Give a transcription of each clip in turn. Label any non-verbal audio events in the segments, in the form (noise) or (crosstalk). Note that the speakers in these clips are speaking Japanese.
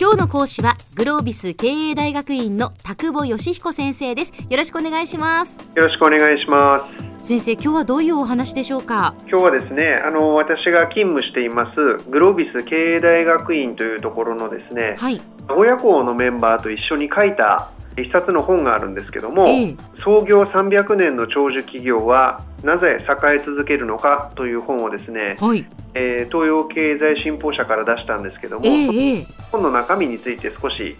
今日の講師はグロービス経営大学院の田久保義彦先生ですよろしくお願いしますよろしくお願いします先生今日はどういうお話でしょうか今日はですねあの私が勤務していますグロービス経営大学院というところのですね、はい親校のメンバーと一緒に書いた一冊の本があるんですけども、ええ創業300年の長寿企業はなぜ栄え続けるのかという本をですね、はいえー東洋経済新報社から出したんですけども、ええええ本の中身について少し、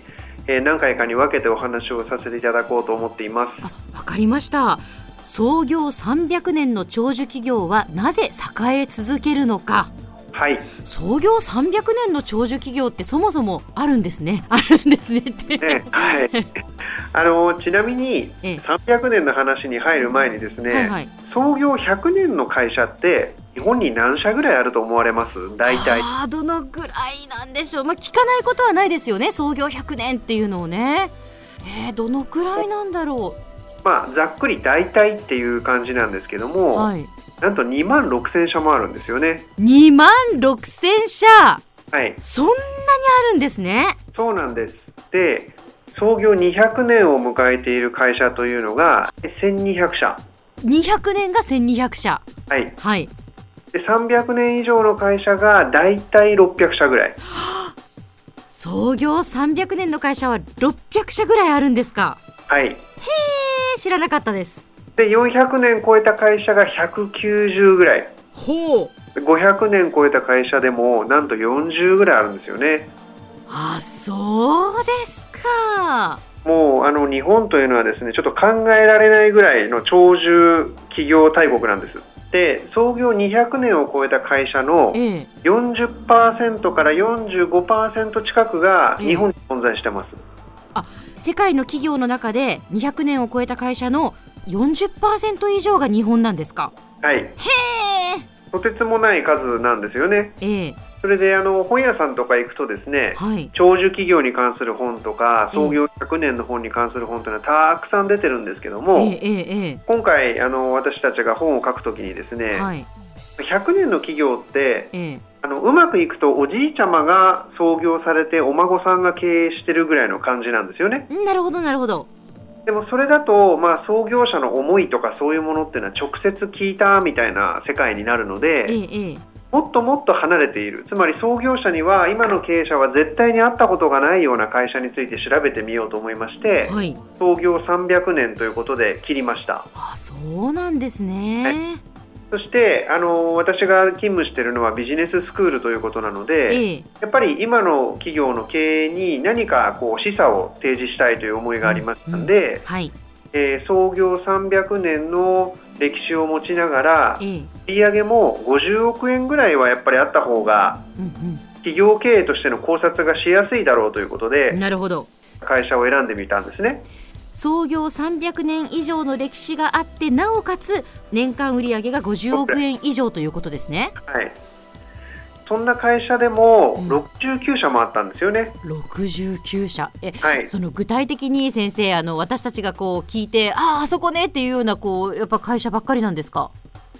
えー何回かに分けてお話をさせていただこうと思っていますあわかりました創業300年の長寿企業はなぜ栄え続けるのかはい創業300年の長寿企業ってそもそもあるんですね (laughs) あるんですねってね、 (laughs) はい。あのちなみにええ300年の話に入る前にですね、はいはい創業100年の会社って日本に何社ぐらいあると思われます？大体。あーどのぐらいなんでしょう、まあ、聞かないことはないですよね創業100年っていうのをねえー、どのくらいなんだろまあざっくり大体っていう感じなんですけどうも、はいなんと2万6000社もあるんですよね。 2万6000社はい、そんなにあるんですねそうなんです。で、創業200年を迎えている会社というのが1200社。 200年が1200社はい。はいで、300年以上の会社が大体600社ぐらい。創業300年の会社は600社ぐらいあるんですかはい。えー、知らなかったですで400年超えた会社が190ぐらいほう500年超えた会社でもなんと40ぐらいあるんですよねあそうですかもうあの日本というのはですねちょっと考えられないぐらいの長寿企業大国なんですで創業200年を超えた会社のええ40%から45%近くが日本に存在してます、世界の企業の中で200年を超えた会社の40%以上が日本なんですかはいとてつもない数なんですよねえええそれであの本屋さんとか行くとですねはい長寿企業に関する本とかええ創業100年の本に関する本というのはたくさん出てるんですけどえも、えええ今回あの私たちが本を書くときにですえね、はい100年の企業ってええあのうまくいくとおじいちゃまが創業されてお孫さんが経営してるぐらいの感じなんですよねうんなるほどなるほどでもそれだと、まあ、創業者の思いとかそういうものっていうのは直接聞いたみたいな世界になるので、ええええもっともっと離れているつまり創業者には今の経営者は絶対に会ったことがないような会社について調べてみようと思いましてはい創業300年ということで切りましたあそうなんですはねそして、あの私が勤務しているのはビジネススクールということなので、ええやっぱり今の企業の経営に何かこう示唆を提示したいという思いがありましたので、はいえー創業300年の歴史を持ちながらええ売り上げも50億円ぐらいはやっぱりあった方がうん企業経営としての考察がしやすいだろうということうんでなるほど会社を選んでみたんですね創業300年以上の歴史があってなおかつ年間売上が50億円以上ということですねはいそんな会社でもうん69社もあったんですよね、 69社えはいその具体的に先生あの私たちがこう聞いてあああそこねっていうようなこうやっぱ会社ばっかりなんですか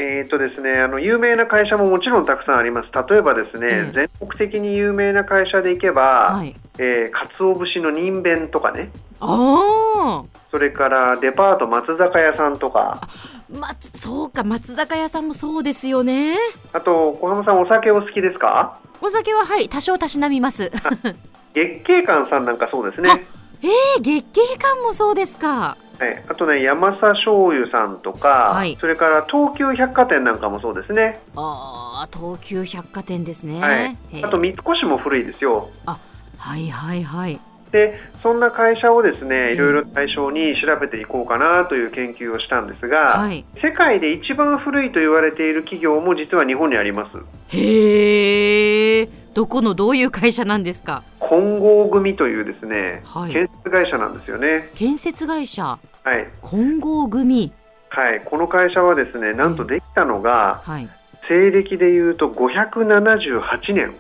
えーとですね、あの有名な会社ももちろんたくさんあります、例えばですね、ええ全国的に有名な会社でいけば、はいえー、かつお節の人弁とかね、ああそれからデパート松坂屋さんとか、松そうか松坂屋さんもそうですよねあと、小浜さん、お酒お好きですかお酒ははい多少たしなみます月桂館さんなんかそうですね、はい、え月経感もそうですかあとね、山佐醤油さんとか、はいそれから東急百貨店なんかもそうですね、ああ東急百貨店ですね、はいへえあと三越も古いですよ。はいはいはいでそんな会社をですねんいろいろ対象に調べていこうかなという研究をしたんですが、はい世界で一番古いと言われている企業も実は日本にありますへえどこのどういう会社なんですか金剛組というですね、はい建設会社なんですよね建設会社はい、金剛組はい、この会社はですねなんとできたのがはい西暦でいうと578年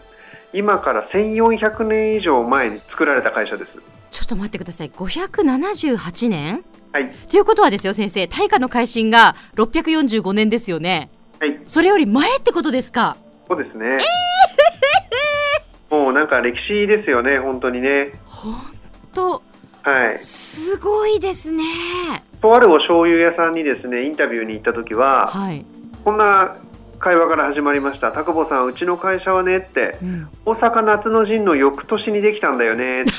今から1400年以上前に作られた会社ですちょっと待ってください578年はいということはですよ先生大化の改新が645年ですよねはいそれより前ってことですか (laughs) そうですね、もうなんなんか歴史ですよね、本当にね。本当はい。すごいですね。とあるお醤油屋さんにですね、インタビューに行った時は、はい。こんな会話から始まりました。田久保さん、うちの会社はねって、うん、大阪夏の陣の翌年にできたんだよね (laughs) って。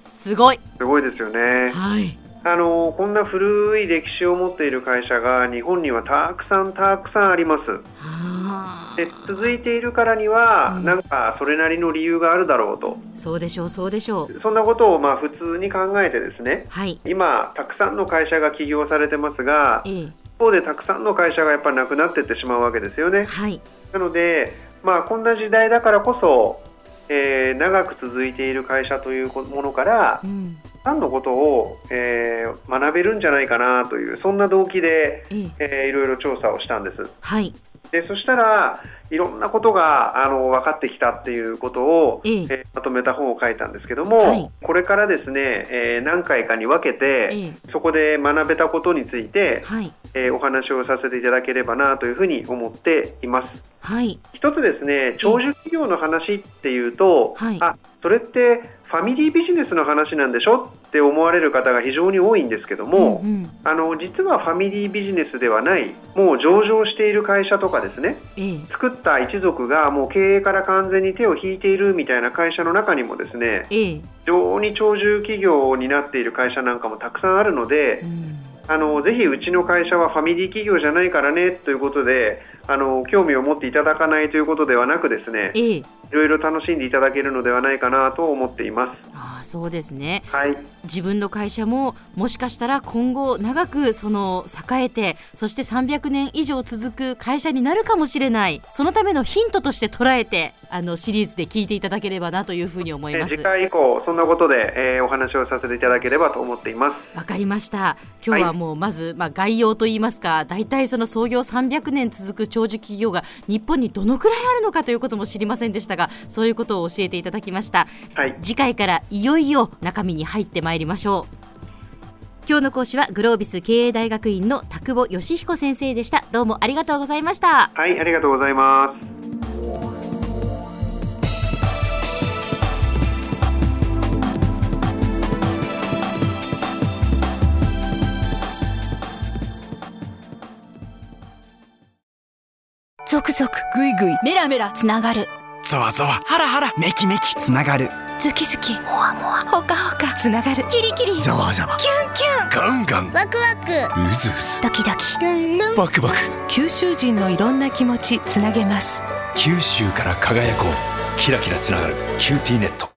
すごい。すごいですよね。はい。あのこんな古い歴史を持っている会社が日本にはたくさんたくさんありますあでー続いているからには、うんなんかそれなりの理由があるだろうとそうでしょう、そうでしょう。そんなことをまあ普通に考えてですねはい。今たくさんの会社が起業されてますがええ、一方でたくさんの会社がやっぱりなくなってってしまうわけですよねはい。なので、まあ、こんな時代だからこそ、えー長く続いている会社というものからうん。何のことを、えー学べるんじゃないかなというそんな動機で、ええ、えーいろいろ調査をしたんですはい。でそしたらいろんなことがあの分かってきたっていうことを、ええーまとめた本を書いたんですけども、はいこれからですね、えー何回かに分けて、ええ、そこで学べたことについて、はい。えーお話をさせていただければなというふうに思っています。はい。一つですね長寿企業の話っていうと、はいあそれってファミリービジネスの話なんでしょって思われる方が非常に多いんですけども、うんうん、あの実はファミリービジネスではないもう上場している会社とかですねええ、作った一族がもう経営から完全に手を引いているみたいな会社の中にもですねええ、非常に長寿企業になっている会社なんかもたくさんあるので、うん。あのぜひうちの会社はファミリー企業じゃないからねということであの興味を持っていただかないということではなくですねええ、いろいろ楽しんでいただけるのではないかなと思っていまああ、そうですね。す。はい、自分の会社ももしかしたら今後長くその栄えてそして300年以上続く会社になるかもしれないそのためのヒントとして捉えてあのシリーズで聞いていただければなというふうに思いえます次回以降そんなことで、えーお話をさせていただければと思っています。わかりました今日ははいもうまず、まあ、概要といいますか大体その創業300年続く長寿企業が日本にどのくらいあるのかということも知りませんでしたがそういうことを教えていただきましたはい、次回からいよいよ中身に入ってまいりましょう今日の講師はグロービス経営大学院の田久保義彦先生でしたどうもありがとうございましたはい、ありがとうございます。ゾクゾクグイグイメラメラつながるゾワゾワハラハラメキメキつながるズキズキモワモワほかほかつながるキリキリザワザワキュンキュンガンガンワクワクウズウズドキドキバクバク九州人のいろんな気持ちつなげます九州から輝こうキラキラつながる「キューティーネット」